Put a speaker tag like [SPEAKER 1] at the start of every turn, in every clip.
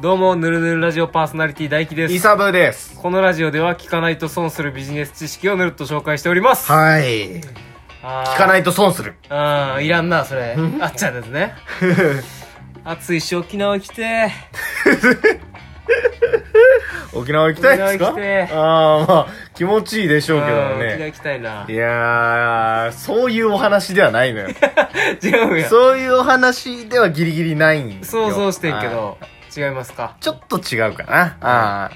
[SPEAKER 1] どうもぬるぬるラジオパーソナリティ大輝で
[SPEAKER 2] イ
[SPEAKER 1] す
[SPEAKER 2] サブです。
[SPEAKER 1] このラジオでは聞かないと損するビジネス知識をぬるっと紹介しております
[SPEAKER 2] はい。聞か
[SPEAKER 1] い
[SPEAKER 2] ないと損する。
[SPEAKER 1] あーいらんなそれあっちゃんです ね暑いし沖縄来て
[SPEAKER 2] 沖縄行きたいですか
[SPEAKER 1] 沖縄行きてえ
[SPEAKER 2] ああ、まあ、気持ちいいでしょうけ
[SPEAKER 1] あ
[SPEAKER 2] ど
[SPEAKER 1] ー沖縄
[SPEAKER 2] ね。
[SPEAKER 1] 行きたいない
[SPEAKER 2] やー、そういうお話ではないのよ。
[SPEAKER 1] 違うやん
[SPEAKER 2] そういうお話ではギリギリないんよ
[SPEAKER 1] 想像してんけ。
[SPEAKER 2] はい
[SPEAKER 1] ど違いますか
[SPEAKER 2] ちょっと違うかな。あ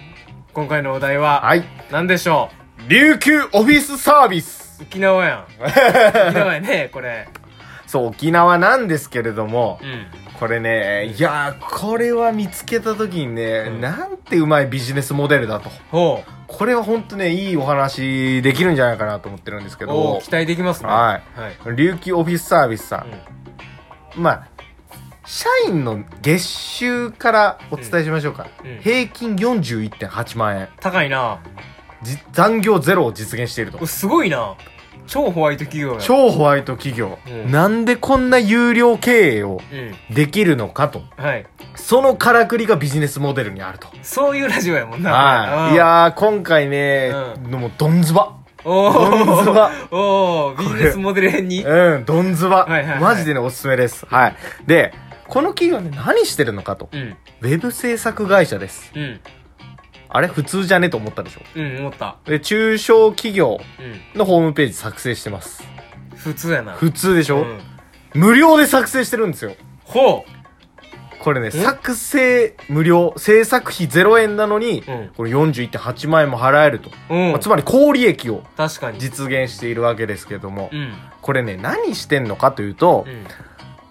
[SPEAKER 1] 今回のお題
[SPEAKER 2] あ。
[SPEAKER 1] は
[SPEAKER 2] はい。
[SPEAKER 1] 何でしょ
[SPEAKER 2] 琉球オフィスサービス。
[SPEAKER 1] う沖縄 やん沖縄やねこれ
[SPEAKER 2] そう、沖縄なんですけれども
[SPEAKER 1] う、ん
[SPEAKER 2] これね、いやー、これは見つけた時にね、
[SPEAKER 1] うん
[SPEAKER 2] なんてうまいビジネスモデルだと。
[SPEAKER 1] ほ
[SPEAKER 2] これは本当ね、いいお話できるんじゃないかなと思ってるんですけ
[SPEAKER 1] うお
[SPEAKER 2] ど
[SPEAKER 1] ー、期待できますね
[SPEAKER 2] はい
[SPEAKER 1] はい
[SPEAKER 2] 琉球オフィスサービスさ
[SPEAKER 1] うん
[SPEAKER 2] ん、まあ、社員の月収からお伝えしましょうか。
[SPEAKER 1] うんうん
[SPEAKER 2] 平均41.8万円。
[SPEAKER 1] 高いな
[SPEAKER 2] じ残業ゼロを実現していると
[SPEAKER 1] お。すごいな超ホワイト企業や
[SPEAKER 2] 超ホワイト企業、
[SPEAKER 1] うん
[SPEAKER 2] なんでこんな有料経営を
[SPEAKER 1] うん
[SPEAKER 2] できるのかと。
[SPEAKER 1] はい
[SPEAKER 2] そのからくりがビジネスモデルに あると。
[SPEAKER 1] そういうラジオやもんな
[SPEAKER 2] はい。いやー、今回ね、
[SPEAKER 1] う
[SPEAKER 2] もう、どんずば。
[SPEAKER 1] お
[SPEAKER 2] どんずば
[SPEAKER 1] お おおビジネスモデル編に
[SPEAKER 2] うん、どんずば、
[SPEAKER 1] はいはいはい
[SPEAKER 2] マジでね、おすすめです。はい。で、この企業ね、何してるのかと。
[SPEAKER 1] うん
[SPEAKER 2] ウェブ制作会社です。
[SPEAKER 1] うん
[SPEAKER 2] あれ普通じゃねと思ったでしょ。
[SPEAKER 1] うん思った
[SPEAKER 2] で、中小企業
[SPEAKER 1] うん
[SPEAKER 2] のホームページ作成してます。
[SPEAKER 1] 普通やな
[SPEAKER 2] 普通でしょ、
[SPEAKER 1] うん
[SPEAKER 2] 無料で作成してるんですよ。
[SPEAKER 1] ほ
[SPEAKER 2] これね、作成無料、制作費0円なのに、
[SPEAKER 1] うん
[SPEAKER 2] これ41.8万円も払えると。
[SPEAKER 1] ううん
[SPEAKER 2] まあつまり、高利益を
[SPEAKER 1] 確かに
[SPEAKER 2] 実現しているわけですけども、
[SPEAKER 1] うん
[SPEAKER 2] これね、何してんのかというと、
[SPEAKER 1] うん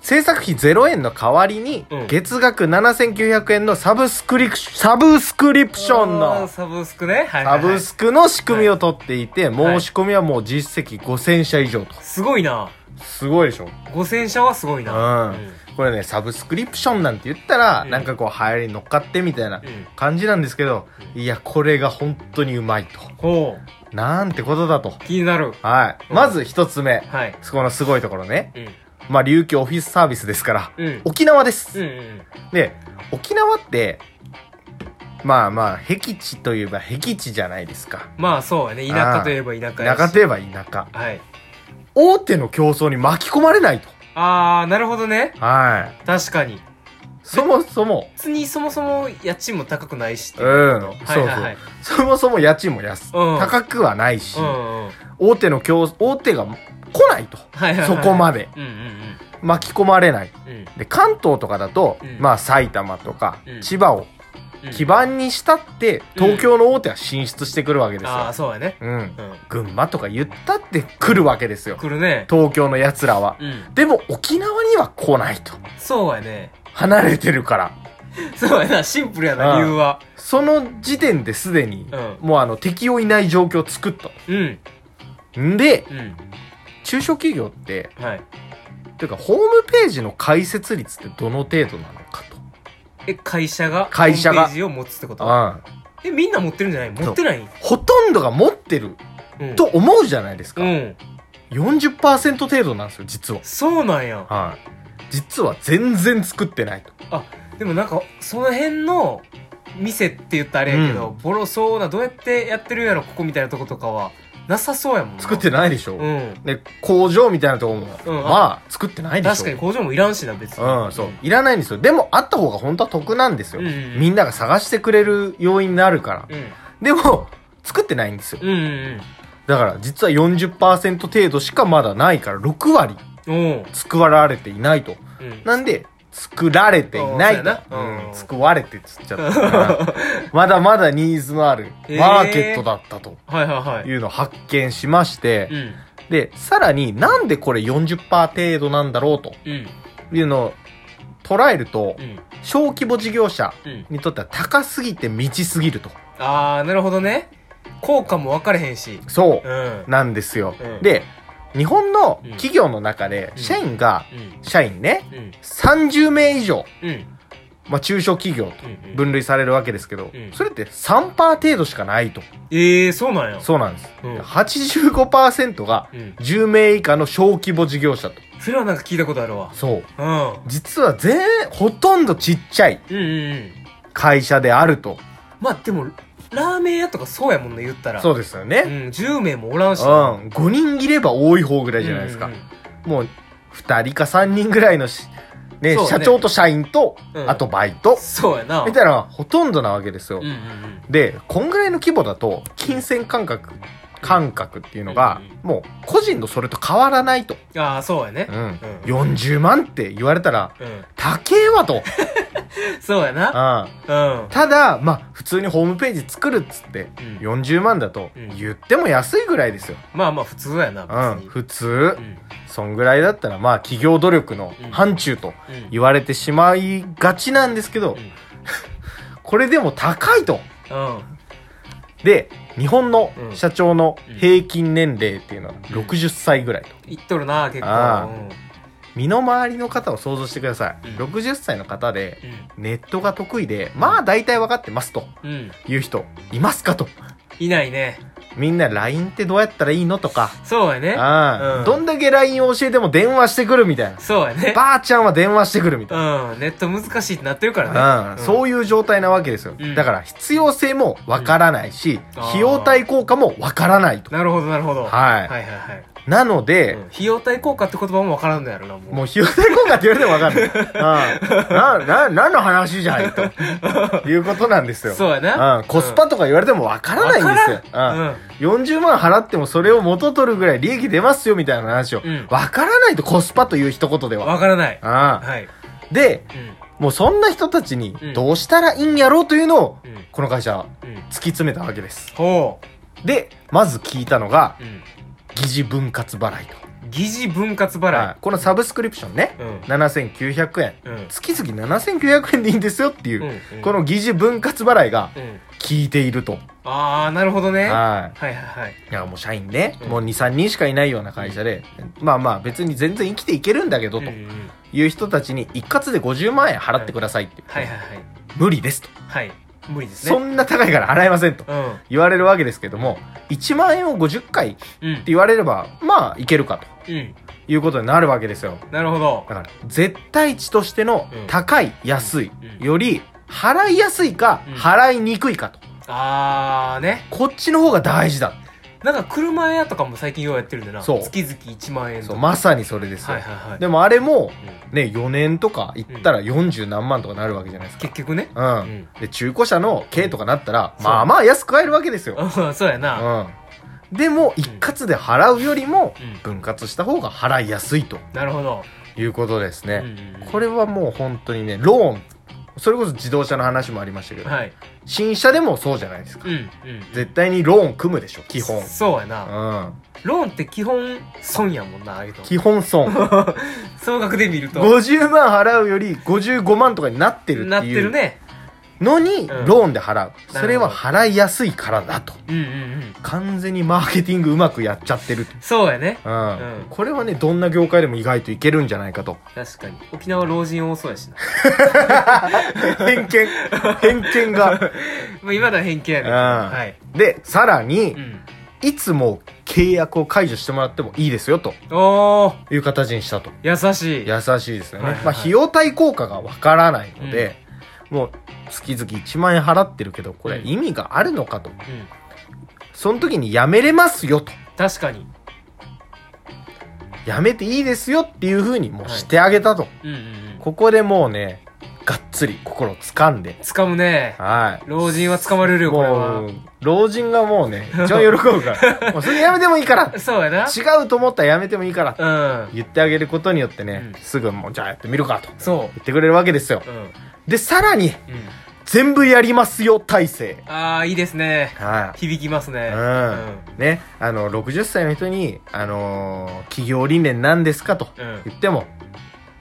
[SPEAKER 2] 制作費0円の代わりに
[SPEAKER 1] うん、
[SPEAKER 2] 月額7900円のサブスクリプション、サブスクリプション
[SPEAKER 1] あー
[SPEAKER 2] の、
[SPEAKER 1] サブスクねはいは
[SPEAKER 2] サ
[SPEAKER 1] いはい
[SPEAKER 2] ブスクの仕組みを取っていて、
[SPEAKER 1] はい
[SPEAKER 2] 申し込みはもう実績5000社以上と。
[SPEAKER 1] すごいな
[SPEAKER 2] すごいでしょ
[SPEAKER 1] 5000社はすごいな
[SPEAKER 2] うんこれね、サブスクリプションなんて言ったら、
[SPEAKER 1] うん
[SPEAKER 2] なんかこう流行りに乗っかってみたいな
[SPEAKER 1] うん
[SPEAKER 2] 感じなんですけど、いや、これが本当にうまいと。
[SPEAKER 1] ほ
[SPEAKER 2] なんてことだと。
[SPEAKER 1] う気になる
[SPEAKER 2] はい。
[SPEAKER 1] うん
[SPEAKER 2] まず一つ目。
[SPEAKER 1] はい
[SPEAKER 2] そこのすごいところね。
[SPEAKER 1] うん
[SPEAKER 2] まあ、琉球オフィスサービスですから、
[SPEAKER 1] うん
[SPEAKER 2] 沖縄です。
[SPEAKER 1] うんうん
[SPEAKER 2] で沖縄ってまあまあ僻地といえば僻地じゃないですか
[SPEAKER 1] まあそうやね田舎といえば田舎
[SPEAKER 2] 田
[SPEAKER 1] やし
[SPEAKER 2] 舎といえば田舎
[SPEAKER 1] はい
[SPEAKER 2] 大手の競争に巻き込まれないと
[SPEAKER 1] ああなるほどね
[SPEAKER 2] はい
[SPEAKER 1] 確かに
[SPEAKER 2] そもそも
[SPEAKER 1] 別にそもそも家賃も高くないしって
[SPEAKER 2] う、
[SPEAKER 1] いうんはい
[SPEAKER 2] そう
[SPEAKER 1] はいはい
[SPEAKER 2] そうそもそも家賃も安、
[SPEAKER 1] うん
[SPEAKER 2] 高くはないし、
[SPEAKER 1] うんうん
[SPEAKER 2] 大手の競大手が来ないと、
[SPEAKER 1] はいはいはい
[SPEAKER 2] そこまで
[SPEAKER 1] うんうん
[SPEAKER 2] 巻き込まれない
[SPEAKER 1] うん
[SPEAKER 2] で関東とかだと、
[SPEAKER 1] うん
[SPEAKER 2] まあ埼玉とか、
[SPEAKER 1] うん
[SPEAKER 2] 千葉を
[SPEAKER 1] うん
[SPEAKER 2] 基盤にしたって東京の大手は進出してくるわけです
[SPEAKER 1] ああ
[SPEAKER 2] よ、
[SPEAKER 1] そうやね
[SPEAKER 2] うん、
[SPEAKER 1] うん
[SPEAKER 2] 群馬とか言ったって来るわけですよ。
[SPEAKER 1] 来るね
[SPEAKER 2] 東京の奴らは。
[SPEAKER 1] うん
[SPEAKER 2] でも沖縄には来ないと。
[SPEAKER 1] そうやね
[SPEAKER 2] 離れてるから。
[SPEAKER 1] そうやなシンプルや
[SPEAKER 2] あ
[SPEAKER 1] な
[SPEAKER 2] あ
[SPEAKER 1] 理由は
[SPEAKER 2] その時点ですでに、
[SPEAKER 1] うん
[SPEAKER 2] もうあの敵をいない状況を作った
[SPEAKER 1] うん
[SPEAKER 2] の。んで、
[SPEAKER 1] うん
[SPEAKER 2] 中小企業って、
[SPEAKER 1] はい
[SPEAKER 2] というかホームページの開設率ってどの程度なのかと。
[SPEAKER 1] え会社が
[SPEAKER 2] 会社が
[SPEAKER 1] ホームページを持つってこと
[SPEAKER 2] うん。
[SPEAKER 1] えみんな持ってるんじゃない持ってない
[SPEAKER 2] ほとんどが持ってる
[SPEAKER 1] うん
[SPEAKER 2] と思うじゃないですか。
[SPEAKER 1] うん
[SPEAKER 2] 40%程度なんですよ、実は。
[SPEAKER 1] そうなんや
[SPEAKER 2] はい。実は全然作ってないと。
[SPEAKER 1] でもなんかその辺の店って言ったらあれやけど、ボロそうなどうやってやってるんやろここみたいなとことかはなさそうやもんな
[SPEAKER 2] 作ってないでしょ。
[SPEAKER 1] うん
[SPEAKER 2] で、工場みたいなところも、
[SPEAKER 1] うん
[SPEAKER 2] まあ、作ってないでしょ。
[SPEAKER 1] 確かに工場もいらんしな別に
[SPEAKER 2] うん、そう。いらないんですよ。でも、あった方が本当は得なんですよ。
[SPEAKER 1] うんうんうん
[SPEAKER 2] みんなが探してくれる要因になるから。
[SPEAKER 1] うん
[SPEAKER 2] でも、作ってないんですよ。
[SPEAKER 1] うんうん
[SPEAKER 2] だから、実は40%程度しかまだないから、6割
[SPEAKER 1] うんおう
[SPEAKER 2] 作られていないと。
[SPEAKER 1] うん
[SPEAKER 2] なんで、作られていない
[SPEAKER 1] うん
[SPEAKER 2] と。
[SPEAKER 1] そうやな
[SPEAKER 2] う
[SPEAKER 1] うん
[SPEAKER 2] ん、作われてって言っちゃっ たから。まだまだニーズのある
[SPEAKER 1] へー
[SPEAKER 2] マーケットだったと
[SPEAKER 1] はいはいはい
[SPEAKER 2] いうのを発見しまして、
[SPEAKER 1] うん
[SPEAKER 2] で、さらになんでこれ40%程度なんだろうと
[SPEAKER 1] うん
[SPEAKER 2] いうのを捉えると、
[SPEAKER 1] うん
[SPEAKER 2] 小規模事業者
[SPEAKER 1] うん
[SPEAKER 2] にとっては高すぎて満ちすぎると。
[SPEAKER 1] ああなるほどね効果も分かれへんし
[SPEAKER 2] そ
[SPEAKER 1] うんうん
[SPEAKER 2] う。なんですよ。
[SPEAKER 1] うん
[SPEAKER 2] で、日本の
[SPEAKER 1] うん
[SPEAKER 2] 企業の中で、
[SPEAKER 1] うん
[SPEAKER 2] 社員が、社員ね、
[SPEAKER 1] うん
[SPEAKER 2] 30名以上、
[SPEAKER 1] うん
[SPEAKER 2] まあ中小企業と
[SPEAKER 1] うんうん
[SPEAKER 2] 分類されるわけですけど
[SPEAKER 1] うん、
[SPEAKER 2] それって3%程度しかないと。
[SPEAKER 1] ええー、そうなんや
[SPEAKER 2] そうなんです。
[SPEAKER 1] うん
[SPEAKER 2] 85%が
[SPEAKER 1] うん
[SPEAKER 2] 10名以下の小規模事業者と。
[SPEAKER 1] それはなんか聞いたことあるわ
[SPEAKER 2] そう。
[SPEAKER 1] うん
[SPEAKER 2] 実は全、ほとんどちっちゃい
[SPEAKER 1] うんうんうん
[SPEAKER 2] 会社であると。
[SPEAKER 1] まあでもラーメン屋とかそうやもんね言ったら、
[SPEAKER 2] そううですよね。
[SPEAKER 1] ん、10名もおらん
[SPEAKER 2] う
[SPEAKER 1] し
[SPEAKER 2] ん。5人いれば多い方ぐらいじゃないですか。
[SPEAKER 1] うんうん
[SPEAKER 2] もう、2人か3人ぐらいのし、ね、
[SPEAKER 1] そうね
[SPEAKER 2] 社長と社員と、
[SPEAKER 1] うん
[SPEAKER 2] あとバイト、
[SPEAKER 1] そうやな
[SPEAKER 2] みたいなのがほとんどなわけですよ。
[SPEAKER 1] うんうんうん
[SPEAKER 2] で、こんぐらいの規模だと、金銭感覚、感覚っていうのが、もう、個人のそれと変わらないと。
[SPEAKER 1] ああそうやね
[SPEAKER 2] うん。40万って言われたら、
[SPEAKER 1] うん、
[SPEAKER 2] 高え わと。うん。
[SPEAKER 1] そうやなうん
[SPEAKER 2] ただ、まあ、普通にホームページ作るっつって、
[SPEAKER 1] うん
[SPEAKER 2] 40万だと
[SPEAKER 1] うん、
[SPEAKER 2] 言っても安いぐらいですよ。
[SPEAKER 1] まあまあ普通やな
[SPEAKER 2] うん
[SPEAKER 1] 別。に
[SPEAKER 2] 普通
[SPEAKER 1] う、ん
[SPEAKER 2] そんぐらいだったら、まあ、企業努力の範疇と
[SPEAKER 1] うん
[SPEAKER 2] 言われてしまいがちなんですけど、これでも高いと。
[SPEAKER 1] うんうん
[SPEAKER 2] で、日本の
[SPEAKER 1] うん
[SPEAKER 2] 社長の平均年齢っていうのは60歳ぐらいと。
[SPEAKER 1] 言っとるな結構
[SPEAKER 2] ああ
[SPEAKER 1] うん
[SPEAKER 2] 身の回りの方を想像してください。
[SPEAKER 1] うん
[SPEAKER 2] 60歳の方で、ネットが得意で、まあ大体分かってますと
[SPEAKER 1] うんうん
[SPEAKER 2] いう人、いますかと。
[SPEAKER 1] いないね
[SPEAKER 2] みんな LINE ってどうやったらいいのとか、
[SPEAKER 1] そうやね
[SPEAKER 2] ああ
[SPEAKER 1] うん
[SPEAKER 2] どんだけ LINE を教えても電話してくるみたいな。
[SPEAKER 1] そうやね
[SPEAKER 2] ばあちゃんは電話してくるみたいな。
[SPEAKER 1] うんネット難しいってなってるからね
[SPEAKER 2] うん、そう
[SPEAKER 1] いう
[SPEAKER 2] いう状態なわけですよ、
[SPEAKER 1] うん
[SPEAKER 2] だから必要性もわからないし、
[SPEAKER 1] うん
[SPEAKER 2] 費用対効果もわからないと
[SPEAKER 1] なるほどなるほど
[SPEAKER 2] はい
[SPEAKER 1] はいはいはい
[SPEAKER 2] なので、
[SPEAKER 1] うん費用対効果って言葉もわからんのやろなもう
[SPEAKER 2] もう費用対効果って言われてもわかんな いうんなな何の話じゃいということなんですよ
[SPEAKER 1] そうやな
[SPEAKER 2] うん、コスパとか言われてもわからないんですよ、
[SPEAKER 1] わからん
[SPEAKER 2] うん40万払ってもそれを元取るぐらい利益出ますよみたいな話を
[SPEAKER 1] うん
[SPEAKER 2] わ、からないとコスパという一言では
[SPEAKER 1] わからないはい
[SPEAKER 2] うん、で
[SPEAKER 1] うん
[SPEAKER 2] もうそんな人たちに
[SPEAKER 1] うん
[SPEAKER 2] どうしたらいいんやろうというのを、
[SPEAKER 1] うん
[SPEAKER 2] この会社は
[SPEAKER 1] うん
[SPEAKER 2] 突き詰めたわけです
[SPEAKER 1] ほ
[SPEAKER 2] でまず聞いたのが
[SPEAKER 1] ううん
[SPEAKER 2] 疑似分割払いと、
[SPEAKER 1] 疑似分割払
[SPEAKER 2] はいこのサブスクリプションね
[SPEAKER 1] いうん
[SPEAKER 2] 7900円
[SPEAKER 1] うん
[SPEAKER 2] 月々7900円でいいんですよっていう、
[SPEAKER 1] うんうん
[SPEAKER 2] この疑似分割払いが
[SPEAKER 1] うん
[SPEAKER 2] 効いていると、
[SPEAKER 1] ああなるほどねは
[SPEAKER 2] はい
[SPEAKER 1] はいはい
[SPEAKER 2] いやもう社員ね、
[SPEAKER 1] うん
[SPEAKER 2] もう23人しかいないような会社で、まあまあ別に全然生きていけるんだけど
[SPEAKER 1] うん
[SPEAKER 2] と
[SPEAKER 1] うん
[SPEAKER 2] いう人たちに一括で50万円払ってくださいって、
[SPEAKER 1] はいはいはい
[SPEAKER 2] 無理ですと、
[SPEAKER 1] はい無理ですね
[SPEAKER 2] そんな高いから払えませんと
[SPEAKER 1] うん
[SPEAKER 2] 言われるわけですけども1万円を50回って
[SPEAKER 1] うん
[SPEAKER 2] 言われればまあいけるかと
[SPEAKER 1] うん
[SPEAKER 2] いうことになるわけですよ
[SPEAKER 1] なるほど
[SPEAKER 2] だから絶対値としての
[SPEAKER 1] うん
[SPEAKER 2] 高い、安い
[SPEAKER 1] うん
[SPEAKER 2] より払いやすいか
[SPEAKER 1] うん
[SPEAKER 2] 払いにくいかと、
[SPEAKER 1] ああね
[SPEAKER 2] こっちの方が大事だ、
[SPEAKER 1] なんか車屋とかも最近ようやってるんでな
[SPEAKER 2] そう
[SPEAKER 1] 月々1万円と
[SPEAKER 2] そう
[SPEAKER 1] か
[SPEAKER 2] まさにそれですよ、
[SPEAKER 1] はいはいはい
[SPEAKER 2] でもあれも
[SPEAKER 1] うん
[SPEAKER 2] ね4年とか行ったら40何万とかなるわけじゃないです
[SPEAKER 1] 結局ね
[SPEAKER 2] か
[SPEAKER 1] う
[SPEAKER 2] うん、
[SPEAKER 1] ん
[SPEAKER 2] で中古車の軽とかなったら、
[SPEAKER 1] うん
[SPEAKER 2] まあまあ安く買えるわけですよ、
[SPEAKER 1] うん そうやな
[SPEAKER 2] うん、でも一括で払うよりも
[SPEAKER 1] うん
[SPEAKER 2] 分割した方が払いやすいと
[SPEAKER 1] なるほど
[SPEAKER 2] いうことです
[SPEAKER 1] う
[SPEAKER 2] ね、
[SPEAKER 1] ん
[SPEAKER 2] これはもう本当にねローンそれこそ自動車の話もありましたけど、
[SPEAKER 1] はい
[SPEAKER 2] 新車でもそうじゃないですか
[SPEAKER 1] うんうん
[SPEAKER 2] 絶対にローン組むでしょ基本
[SPEAKER 1] そうやな
[SPEAKER 2] うん
[SPEAKER 1] ローンって基本損やもんなあれと
[SPEAKER 2] 基本損
[SPEAKER 1] 総額で見ると
[SPEAKER 2] 50万払うより55万とかになってる
[SPEAKER 1] なっ
[SPEAKER 2] っててい
[SPEAKER 1] る
[SPEAKER 2] う
[SPEAKER 1] ね
[SPEAKER 2] のに
[SPEAKER 1] うん
[SPEAKER 2] ローンで払う
[SPEAKER 1] ほど
[SPEAKER 2] それは払いやすいからだと
[SPEAKER 1] うんうんうん
[SPEAKER 2] 完全にマーケティングうまくやっちゃってる
[SPEAKER 1] そうやね
[SPEAKER 2] うん
[SPEAKER 1] うん
[SPEAKER 2] これはねどんな業界でも意外といけるんじゃないか と
[SPEAKER 1] 確かに沖縄老人多そうやしな
[SPEAKER 2] 偏見偏見 が
[SPEAKER 1] まあ今のは偏見やねんけど
[SPEAKER 2] うん
[SPEAKER 1] はい
[SPEAKER 2] でさらに
[SPEAKER 1] うん
[SPEAKER 2] いつも契約を解除してもらってもいいですよと
[SPEAKER 1] おー
[SPEAKER 2] いう形にしたと
[SPEAKER 1] 優しい
[SPEAKER 2] 優しいですよね、
[SPEAKER 1] はいはい
[SPEAKER 2] まあ、費用対効果がわからないので、もう月々1万円払ってるけどこれ
[SPEAKER 1] うん
[SPEAKER 2] 意味があるのかと、
[SPEAKER 1] うん
[SPEAKER 2] その時にやめれますよと
[SPEAKER 1] 確かに
[SPEAKER 2] やめていいですよっていうふうにもうしてあげたと、
[SPEAKER 1] うんうんうん
[SPEAKER 2] ここでもうねがっつり心を掴んで
[SPEAKER 1] 掴むね
[SPEAKER 2] はい
[SPEAKER 1] 老人は掴まれるよこれ
[SPEAKER 2] も
[SPEAKER 1] は
[SPEAKER 2] う老人がもうね一番喜ぶか らもうそれやめてもいいから
[SPEAKER 1] そうやな
[SPEAKER 2] 違うと思ったらやめてもいいから
[SPEAKER 1] うん
[SPEAKER 2] 言ってあげることによってね、
[SPEAKER 1] うん
[SPEAKER 2] すぐもうじゃあやってみるかと
[SPEAKER 1] そ
[SPEAKER 2] 言ってくれるわけですよ
[SPEAKER 1] ううん
[SPEAKER 2] でさらに
[SPEAKER 1] うん
[SPEAKER 2] 全部やりますよ体制
[SPEAKER 1] ああいいですね
[SPEAKER 2] は
[SPEAKER 1] 響きますね
[SPEAKER 2] い、う
[SPEAKER 1] うん
[SPEAKER 2] んねあの60歳の人に「あのー企業理念なんですか?」と
[SPEAKER 1] うん
[SPEAKER 2] 言っても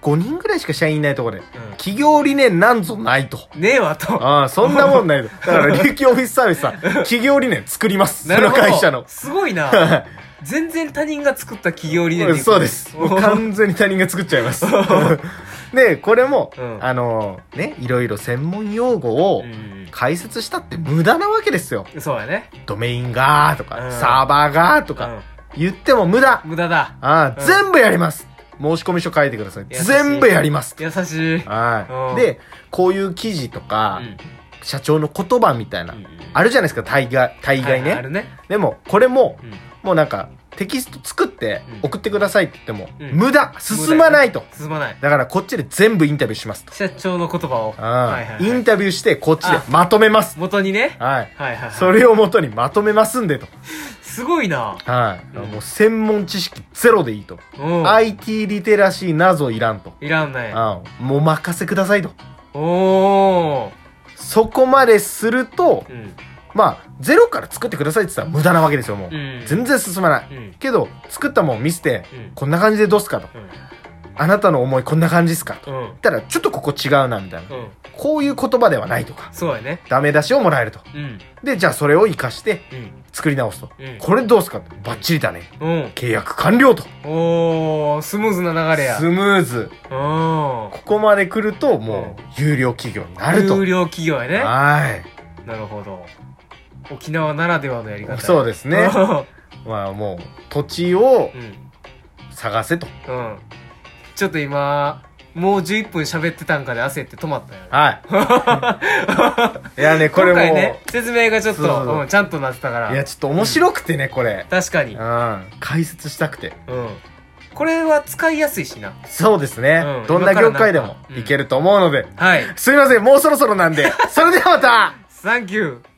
[SPEAKER 2] 5人ぐらいしか社員いないところ
[SPEAKER 1] う
[SPEAKER 2] で
[SPEAKER 1] ん
[SPEAKER 2] 「企業理念なんぞない」と。
[SPEAKER 1] ねえわと
[SPEAKER 2] ああ、そんなも んないと。だから、琉球オフィスサービスさん、企業理念作ります。
[SPEAKER 1] な
[SPEAKER 2] そ
[SPEAKER 1] る
[SPEAKER 2] の
[SPEAKER 1] ほど
[SPEAKER 2] 会社の。
[SPEAKER 1] すごい な全然他人が作った企 業理念
[SPEAKER 2] そうです。も
[SPEAKER 1] お
[SPEAKER 2] う完全に他人が作っちゃいます。 で、これも、
[SPEAKER 1] うん
[SPEAKER 2] あのーね、いろいろ専門用語を
[SPEAKER 1] うんうん
[SPEAKER 2] 解説したって無駄なわけですよ。
[SPEAKER 1] うんそうやね
[SPEAKER 2] ドメインがーとか、
[SPEAKER 1] うん
[SPEAKER 2] サーバーがーとか、言っても無駄
[SPEAKER 1] う。ん無駄だ
[SPEAKER 2] あー
[SPEAKER 1] うん
[SPEAKER 2] 全部やります。申し込み書書いてください。
[SPEAKER 1] 優しい
[SPEAKER 2] 全部やります。
[SPEAKER 1] 優しい
[SPEAKER 2] は
[SPEAKER 1] うん
[SPEAKER 2] い。で、こういう記事とか
[SPEAKER 1] うん、
[SPEAKER 2] 社長の言葉みたいな、あ
[SPEAKER 1] れ
[SPEAKER 2] るじゃないですか大概大概ね、
[SPEAKER 1] あるね。
[SPEAKER 2] でもこれも
[SPEAKER 1] うん
[SPEAKER 2] もうなんかテキスト作って
[SPEAKER 1] うん
[SPEAKER 2] 送ってくださいって言っても、
[SPEAKER 1] うん
[SPEAKER 2] 無駄進まないと、
[SPEAKER 1] 進まない。
[SPEAKER 2] だからこっちで全部インタビューしますと、
[SPEAKER 1] 社長の言葉を。はいはいはい
[SPEAKER 2] うんインタビューしてこっちでまとめます
[SPEAKER 1] 元にね。
[SPEAKER 2] はい
[SPEAKER 1] はいはいは
[SPEAKER 2] それをもとにまとめますんでと、
[SPEAKER 1] い。すごいな。
[SPEAKER 2] はい
[SPEAKER 1] うん
[SPEAKER 2] もう専門知識ゼロでいいと、
[SPEAKER 1] うん。
[SPEAKER 2] IT リテラシー謎いらんと、
[SPEAKER 1] いらんない。
[SPEAKER 2] うんもう任せくださいと
[SPEAKER 1] おー。
[SPEAKER 2] そこまですると
[SPEAKER 1] うん。
[SPEAKER 2] まあゼロから作ってくださいって言ったら無駄なわけですよもう、
[SPEAKER 1] うん
[SPEAKER 2] 全然進まない、
[SPEAKER 1] うん。
[SPEAKER 2] けど作ったもん見せて、
[SPEAKER 1] うん
[SPEAKER 2] こんな感じでどうすかとあなたの思いこんな感じですかと
[SPEAKER 1] うん。うん
[SPEAKER 2] 言っ。たらちょっとここ違うなみたいな
[SPEAKER 1] うん。
[SPEAKER 2] こういう言葉ではないとか
[SPEAKER 1] そうやね。
[SPEAKER 2] ダメ出しをもらえると
[SPEAKER 1] うん。
[SPEAKER 2] でじゃあそれを活かして
[SPEAKER 1] うん。
[SPEAKER 2] 作り直すと、
[SPEAKER 1] うん
[SPEAKER 2] これどうすかとバッチリだね
[SPEAKER 1] うん。
[SPEAKER 2] 契約完了と
[SPEAKER 1] おー、スムーズな流れや。
[SPEAKER 2] スムーズ
[SPEAKER 1] うん。
[SPEAKER 2] ここまで来るともう有料企業になると
[SPEAKER 1] 有料企業やね。
[SPEAKER 2] は
[SPEAKER 1] なるほど。沖縄ならではのやり方や。
[SPEAKER 2] いそう
[SPEAKER 1] う
[SPEAKER 2] ですねまあもう土地を
[SPEAKER 1] うん。
[SPEAKER 2] 探せと
[SPEAKER 1] うん。ちょっと今、もう11分喋ってたんかで焦って止まったよね。
[SPEAKER 2] はいい やねこれ
[SPEAKER 1] 今
[SPEAKER 2] も、
[SPEAKER 1] 回ね、説明がちょっと
[SPEAKER 2] そうそうそう
[SPEAKER 1] うんちゃんとなってたか
[SPEAKER 2] いや
[SPEAKER 1] ら。
[SPEAKER 2] ちょっと面白くてねこれ
[SPEAKER 1] 確かに。うん。
[SPEAKER 2] うん解説したくて
[SPEAKER 1] これは使いやすいしな。
[SPEAKER 2] そうですね、
[SPEAKER 1] うん
[SPEAKER 2] どんな業界で
[SPEAKER 1] 今
[SPEAKER 2] も
[SPEAKER 1] からなんか
[SPEAKER 2] いけると思うので、
[SPEAKER 1] はい。
[SPEAKER 2] すいませんもうそろそろなんでそれではまた
[SPEAKER 1] サンキュー。